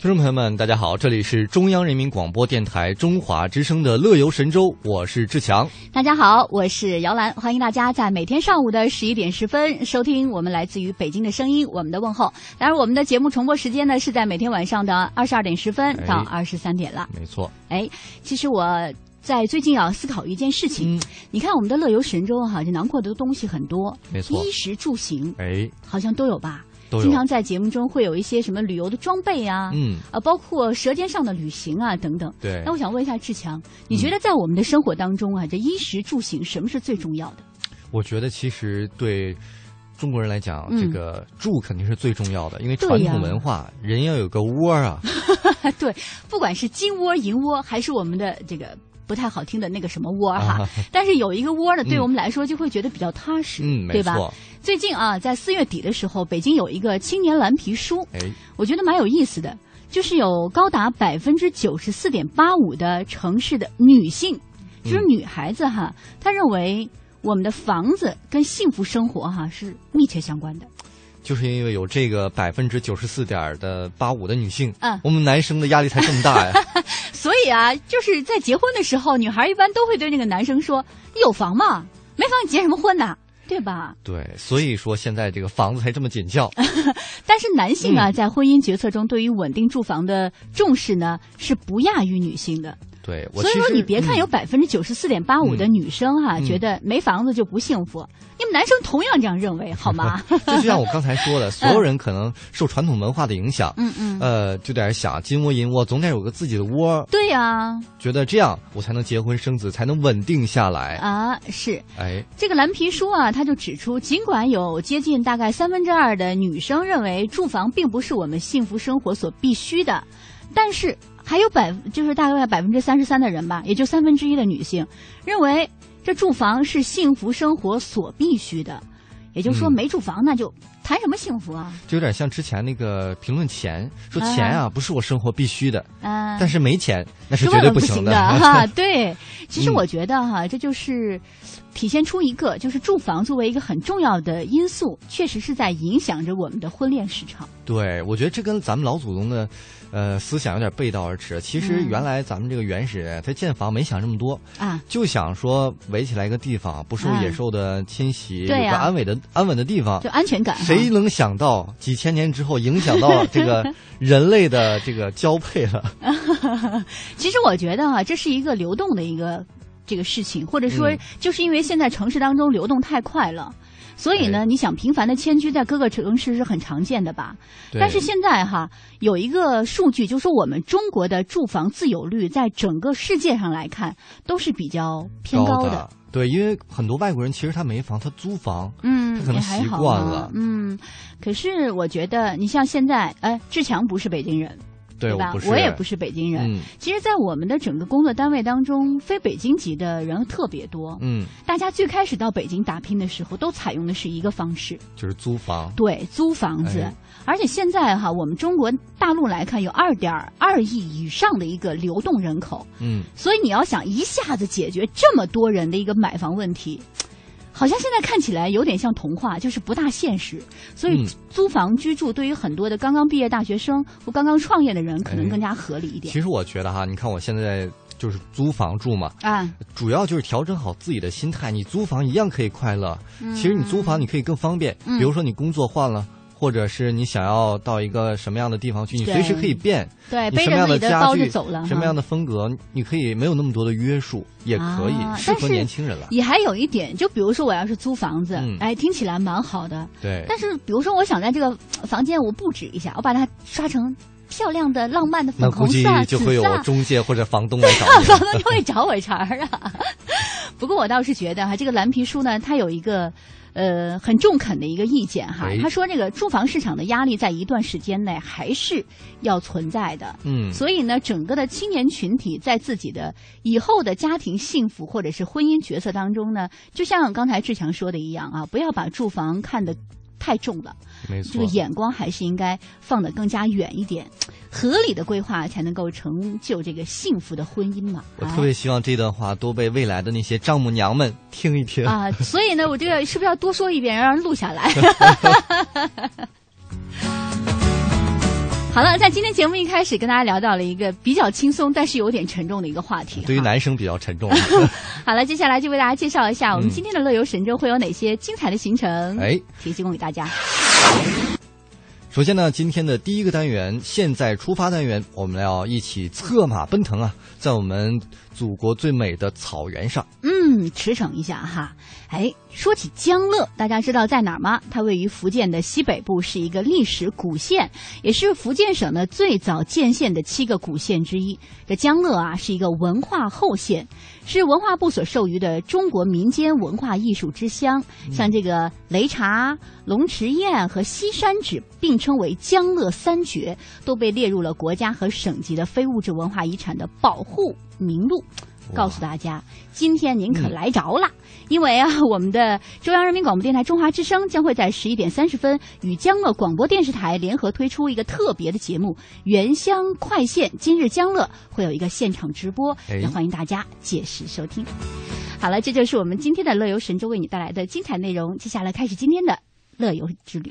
听众朋友们，大家好，这里是中央人民广播电台中华之声的《乐游神州》，我是志强。大家好，我是姚兰，欢迎大家在每天上午的十一点十分收听我们来自于北京的声音，我们的问候。当然，我们的节目重播时间呢是在每天晚上的二十二点十分哎到二十三点了。没错，哎，其实我在最近啊思考一件事情，嗯你看我们的乐游神州哈、这囊括的东西很多，没错衣食住行哎，好像都有吧。都有经常在节目中会有一些什么旅游的装备啊，嗯，啊，包括舌尖上的旅行啊等等。对那我想问一下志强，你觉得在我们的生活当中啊，这衣食住行什么是最重要的？我觉得其实对中国人来讲，嗯这个住肯定是最重要的，因为对传呀统文化，人要有个窝儿 啊。对，不管是金窝银窝，还是我们的这个不太好听的那个什么窝儿哈，啊但是有一个窝儿呢，对嗯我们来说就会觉得比较踏 实，嗯，没对吧？错，最近啊，在四月底的时候，北京有一个青年蓝皮书，哎，我觉得蛮有意思的，就是有高达百分之九十四点八五的城市的女性，就是嗯女孩子哈，她认为我们的房子跟幸福生活哈是密切相关的。就是因为有这个百分之九十四点的八五的女性，嗯我们男生的压力才这么大 呀。所以啊，就是在结婚的时候，女孩一般都会对那个男生说：“你有房吗？没房你结什么婚呐？对吧？对，所以说现在这个房子才这么紧俏。但是男性嗯啊，在婚姻决策中对于稳定住房的重视呢，是不亚于女性的。对，我所以其说，实你别看有嗯百分之九十四点八五的女生哈、嗯觉得没房子就不幸福，你们男生同样这样认为好吗？ 这就像我刚才说的，所有人可能受传统文化的影响，嗯嗯，呃，就得想金窝银窝，总得有个自己的窝，对呀、觉得这样我才能结婚生子，才能稳定下来。啊是。哎，这个蓝皮书啊，他就指出，尽管有接近大概三分之二的女生认为住房并不是我们幸福生活所必须的，但是还有百就是大概百分之三十三的人吧，也就三分之一的女性认为这住房是幸福生活所必须的，也就是说嗯没住房那就谈什么幸福啊？就有点像之前那个评论钱，说钱啊不是我生活必须的，嗯、但是没钱那是绝万对万不行的 哈、对，其实嗯我觉得哈、这就是体现出一个，就是住房作为一个很重要的因素，确实是在影响着我们的婚恋市场。对，我觉得这跟咱们老祖宗的，呃，思想有点背道而驰。其实嗯原来咱们这个原始人他建房没想这么多，啊，就想说围起来一个地方，不受嗯野兽的侵袭，对啊有呀个安稳的安稳的地方就。安全感哈。谁能想到几千年之后影响到这 个人类的这个交配了？其实我觉得啊哈、这是一个流动的一个这个事情，或者说嗯就是因为现在城市当中流动太快了。所以呢，哎你想频繁的迁居在各个城市是很常见的吧？对但是现在哈，有一个数据，就说我们中国的住房自有率在整个世界上来看都是比较偏高的。的，对，因为很多外国人其实他没房，他租房，嗯他可能也还习好惯嘛了嗯，可是我觉得你像现在，哎，志强不是北京人，对吧？不是，我也不是北京人。嗯其实，在我们的整个工作单位当中，非北京籍的人特别多。嗯，大家最开始到北京打拼的时候，都采用的是一个方式，就是租房，对，租房子。哎而且现在哈，我们中国大陆来看，有二点二亿以上的一个流动人口，嗯，所以你要想一下子解决这么多人的一个买房问题。好像现在看起来有点像童话，就是不大现实。所以嗯租房居住对于很多的刚刚毕业大学生或刚刚创业的人，可能哎更加合理一点其实我觉得哈，你看我现在就是租房住嘛，啊。主要就是调整好自己的心态，你租房一样可以快乐。嗯其实你租房你可以更方便，比如说你工作换了。或者是你想要到一个什么样的地方去，你随时可以变，对，你哎背什么着样自己的家包就具，走了哈，什么样的风格，你可以没有那么多的约束，也可啊以适但是合年轻人了。也还有一点，就比如说我要是租房子，嗯哎，听起来蛮好的。对，但是比如说我想在这个呃房间我布置一下，我把它刷成漂亮的、浪漫的那粉估红计色啊、就紫会有色 啊中介或者房 东来找你房了。东就会找我茬儿啊。 不过我倒是觉得哈，这个蓝皮书呢，它有一个。呃，很中肯的一个意见哈哎，他说这个住房市场的压力在一段时间内还是要存在的，嗯，所以呢，整个的青年群体在自己的以后的家庭幸福或者是婚姻角色当中呢，就像刚才志强说的一样啊，不要把住房看得太重了，嗯没这错个。眼光还是应该放得更加远一点，合理的规划才能够成就这个幸福的婚姻嘛。我哎特别希望这段话多被未来的那些丈母娘们听一听。 啊，所以呢，我这个是不是要多说一遍，让人录下来？好了，在今天节目一开始跟大家聊到了一个比较轻松，但是有点沉重的一个话题。对于哈男生比较 沉重。好了，接下来就为大家介绍一下我们嗯今天的乐游神州会有哪些精彩的行程，哎，提供给大家。首先呢，今天的第一个单元“现在出发”单元，我们要一起策马奔腾啊，在我们祖国最美的草原上。嗯，驰骋一下哈。哎，说起江乐，大家知道在哪儿吗？它位于福建的西北部，是一个历史古县，也是福建省呢最早建县的七个古县之一。这江乐啊，是一个文化后县，是文化部所授予的中国民间文化艺术之乡。像这个擂茶、龙池宴和西山纸并称为江乐三绝，都被列入了国家和省级的非物质文化遗产的保护名录。告诉大家，今天您可来着了，因为啊，我们的中央人民广播电台中华之声将会在十一点三十分与江乐广播电视台联合推出一个特别的节目《原乡快线》，今日江乐会有一个现场直播，哎也欢迎大家届时收听。好了，这就是我们今天的乐游神州为你带来的精彩内容。接下来开始今天的乐游之旅。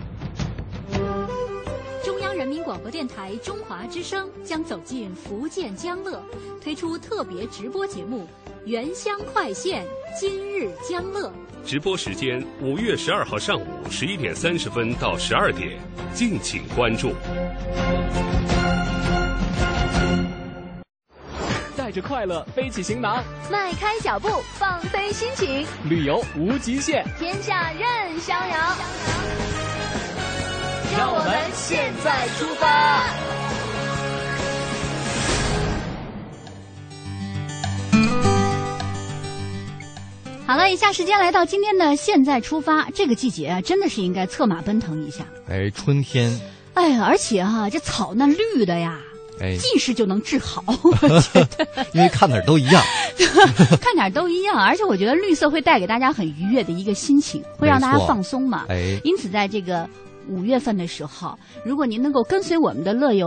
中央人民广播电台中华之声将走进福建江乐，推出特别直播节目《原乡快线今日江乐》。直播时间五月十二号上午十一点三十分到十二点，敬请关注。带着快乐背起行囊，迈开脚步，放飞心情，旅游无极限。天下任逍遥。让我们现在出发。好了，以下时间来到今天的现在出发，这个季节啊，真的是应该策马奔腾一下。哎，春天，哎呀，而且哈、这草那绿的呀，哎，近视就能治 好，我觉得因为看哪儿都一样，看哪儿都一样。而且我觉得绿色会带给大家很愉悦的一个心情，会让大没家错放松嘛。哎，因此，在这个五月份的时候，如果您能够跟随我们的乐游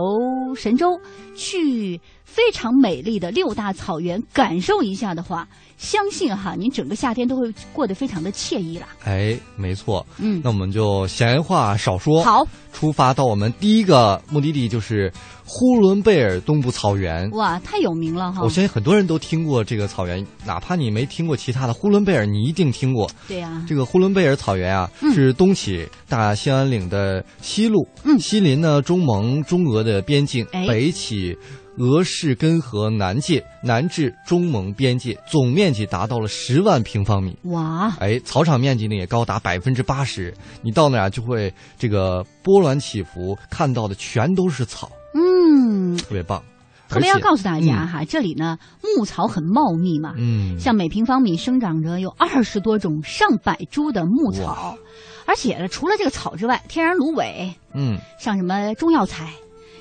神州去非常美丽的六大草原感受一下的话，相信哈，您整个夏天都会过得非常的惬意啦。哎，没错。嗯那我们就闲话少说，好，出发到我们第一个目的地就是呼伦贝尔东部草原。哇，太有名了哈！我相信很多人都听过这个草原，哪怕你没听过其他的，呼伦贝尔你一定听过。对呀、这个呼伦贝尔草原啊，嗯是东起大兴安岭的西路，嗯西临呢中蒙中俄的边境，哎北起俄式根河南界，南至中蒙边界，总面积达到了十万平方米。哇，哎，草场面积呢也高达百分之八十，你到那儿啊就会这个波澜起伏，看到的全都是草，嗯，特别棒。特而别要且告诉大家哈，这里呢牧草很茂密嘛，嗯，像每平方米生长着有二十多种上百株的牧草，而且呢，除了这个草之外，天然芦苇，嗯，像什么中药材，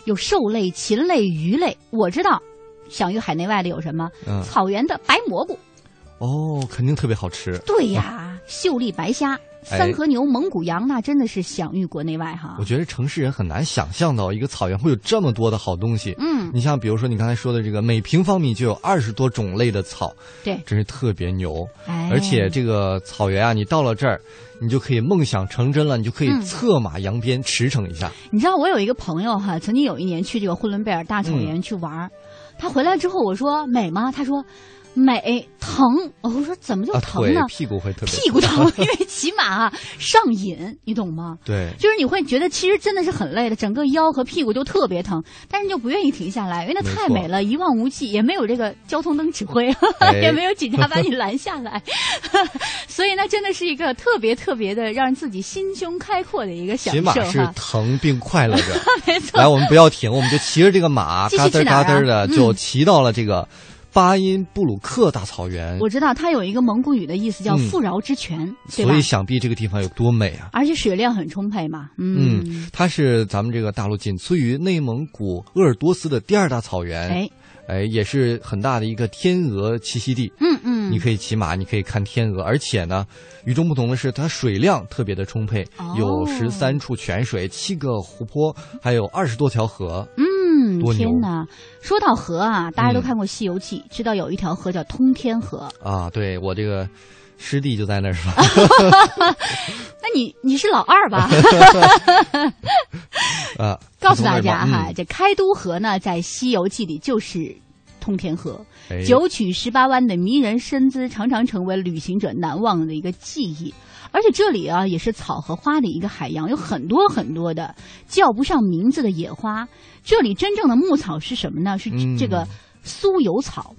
有兽类、禽类、鱼类。我知道，享誉海内外的有什么？嗯草原的白蘑菇，哦，肯定特别好吃。对呀，秀丽白虾，三河牛、蒙古羊，那真的是享誉国内外哈哎我。觉得城市人很难想象到一个草原会有这么多的好东西。嗯你像比如说你刚才说的这个，每平方米就有二十多种类的草，对，真是特别牛。哎而且这个草原啊，你到了这儿，你就可以梦想成真了，你就可以嗯策马扬鞭驰骋一下。你知道我有一个朋友哈，曾经有一年去这个呼伦贝尔大草嗯原去玩儿，他回来之后我说美吗？他说美疼。我说怎么就啊，疼腿呢？屁股会特别屁股疼，因为骑马啊上瘾，你懂吗？对，就是你会觉得其实真的是很累的，整个腰和屁股就特别疼，但是就不愿意停下来，因为那没太错美了，一望无际，也没有这个交通灯指挥，啊哎也没有警 察把你拦下来， 所以那真的是一个特别特别的让自己心胸开阔的一个享骑受马是哈。疼并快乐着。 没错，来，我们不要停，我们就骑着这个马，继嘎续去噔哪儿嘎啊噔的嗯就骑到了这个巴音布鲁克大草原。我知道它有一个蒙古语的意思叫哎嗯富饶之泉，对吧所以？想必这个地方有多美啊！而且水量很充沛嘛，嗯嗯，它是咱们这个大陆仅次于内蒙古鄂尔多斯的第二大草原，哎，哎，也是很大的一个天鹅栖息地。嗯嗯，你可以骑马，你可以看天鹅，而且呢，与众不同的是，它水量特别的充沛，哦有十三处泉水、七个湖泊，还有二十多条河。嗯，多牛天哪！说到河啊，大家都嗯看过《西游记》，知道有一条河叫通天河。啊，对我这个师弟就在那儿是吧？那你你是老 二吧？啊，告诉大家哈，嗯这开都河呢，在《西游记》里就是通天河。哎九曲十八弯的迷人身姿，常常成为旅行者难忘的一个记忆。而且这里啊，也是草和花的一个海洋，有很多很多的叫不上名字的野花。这里真正的牧草是什么呢？是嗯这个酥油草。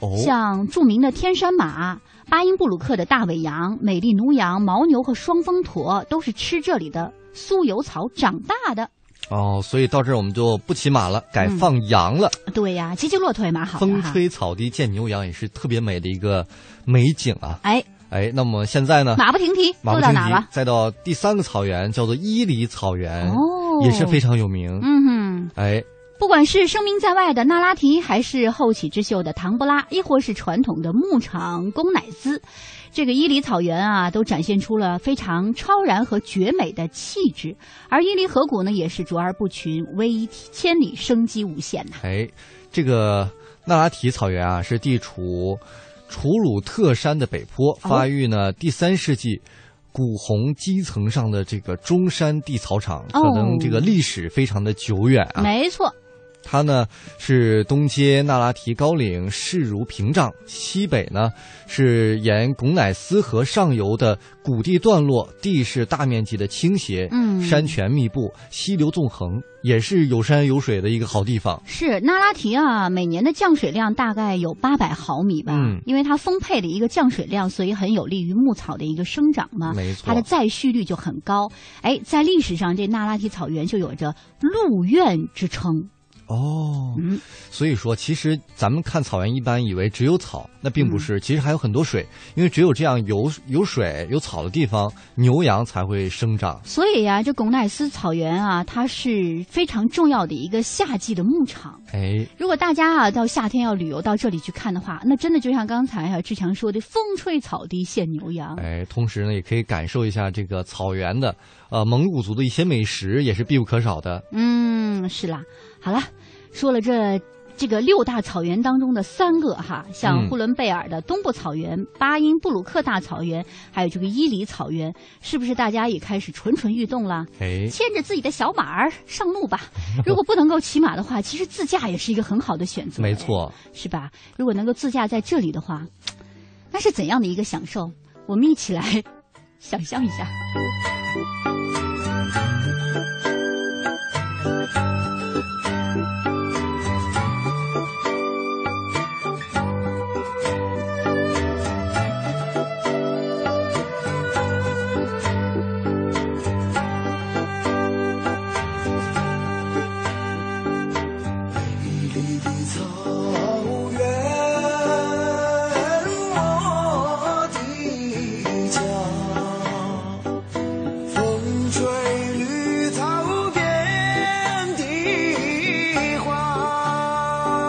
哦，像著名的天山马、巴音布鲁克的大尾羊、美丽奴羊、牦牛和双峰驼，都是吃这里的酥油草长大的。哦，所以到这儿我们就不骑马了，改放羊了。对呀、骑骑骆驼也蛮嗯好的风哈。吹草低见牛羊也是特别美的一个美景啊。哎，哎，那么现在呢？马不停蹄，马又不到停哪蹄了，？再到第三个草原叫做伊犁草原，哦哎也是非常有名。嗯哼，哎，不管是声名在外的那拉提，还是后起之秀的唐布拉，亦或是传统的牧场公乃兹，这个伊犁草原啊，都展现出了非常超然和绝美的气质。而伊犁河谷呢，也是卓而不群，威千里，生机无限呐、哎，这个那拉提草原啊，是地处楚鲁特山的北坡，发育呢第三世纪。古红基层上的这个中山地草场，可哦嗯能这个历史非常的久远啊。没错，它呢是东接那拉提高岭，势如屏障；西北呢是沿拱乃斯河上游的谷地段落，地势大面积的倾斜，嗯山泉密布，溪流纵横，也是有山有水的一个好地方。是那拉提啊，每年的降水量大概有八百毫米吧，嗯因为它丰沛的一个降水量，所以很有利于牧草的一个生长嘛，没错它的再蓄率就很高。哎，在历史上，这那拉提草原就有着鹿苑之称。哦，嗯所以说，其实咱们看草原一般以为只有草，那并嗯不是，其实还有很多水，因为只有这样有有水有草的地方，牛羊才会生长。所以呀、这拱乃斯草原啊，它是非常重要的一个夏季的牧场。哎，如果大家啊到夏天要旅游到这里去看的话，那真的就像刚才啊志强说的，风吹草低见牛羊。哎，同时呢，也可以感受一下这个草原的，呃，蒙古族的一些美食也是必不可少的。嗯，是啦。好了，说了这这个六大草原当中的三个哈，像嗯呼伦贝尔的东部草原、巴音布鲁克大草原，还有这个伊犁草原，是不是大家也开始蠢蠢欲动啦？哎，牵着自己的小马儿上路吧。如果不能够骑马的话，其实自驾也是一个很好的选 择。哎没，错，是吧？如果能够自驾在这里的话，那是怎样的一个享受？我们一起来 想象一下。风吹绿草遍地花，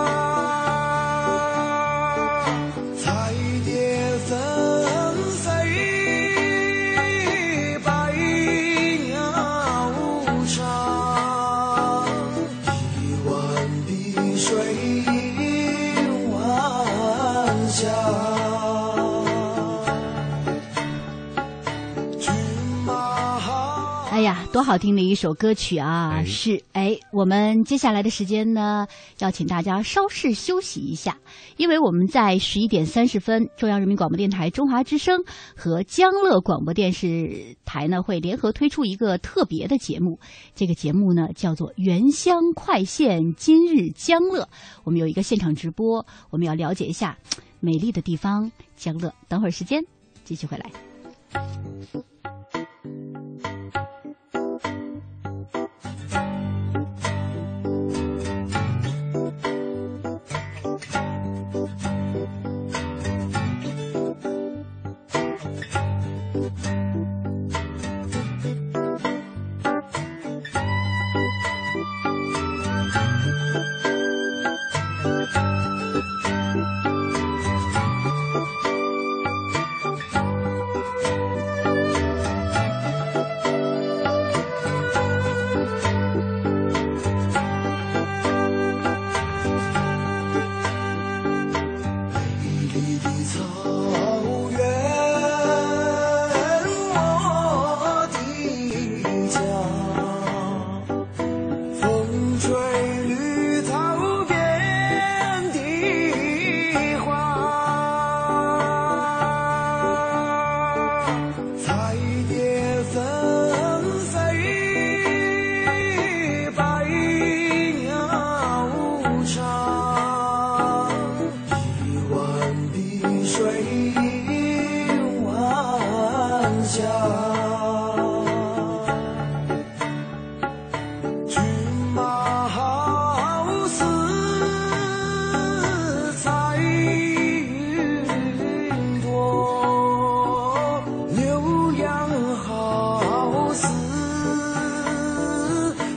哎呀，多好听的一首歌曲啊！哎是哎，我们接下来的时间呢，要请大家稍事休息一下，因为我们在十一点三十分，中央人民广播电台、中华之声和江乐广播电视台呢会联合推出一个特别的节目，这个节目呢叫做《原乡快线今日江乐》，我们有一个现场直播，我们要了解一下嘖美丽的地方江乐。等会儿时间继续回来。美丽的草原，我的家。风吹绿草遍地花，彩蝶纷飞，百鸟唱。一湾碧水映晚霞，骏马好似彩云朵，牛羊好似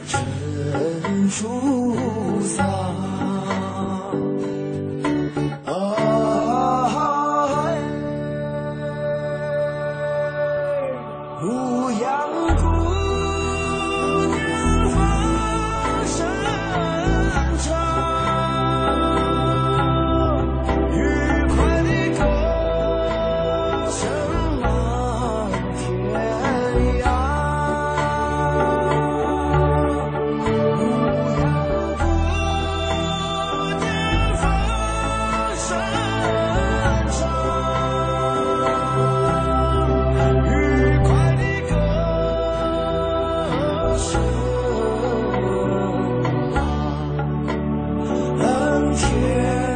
晨出桑。啊哎，牧羊姑娘放声唱，愉快的歌声满天涯。声唱，愉快的歌声满天涯。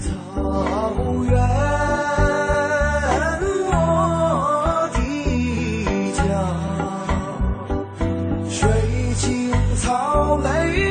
草原，我的家，水青草美。啊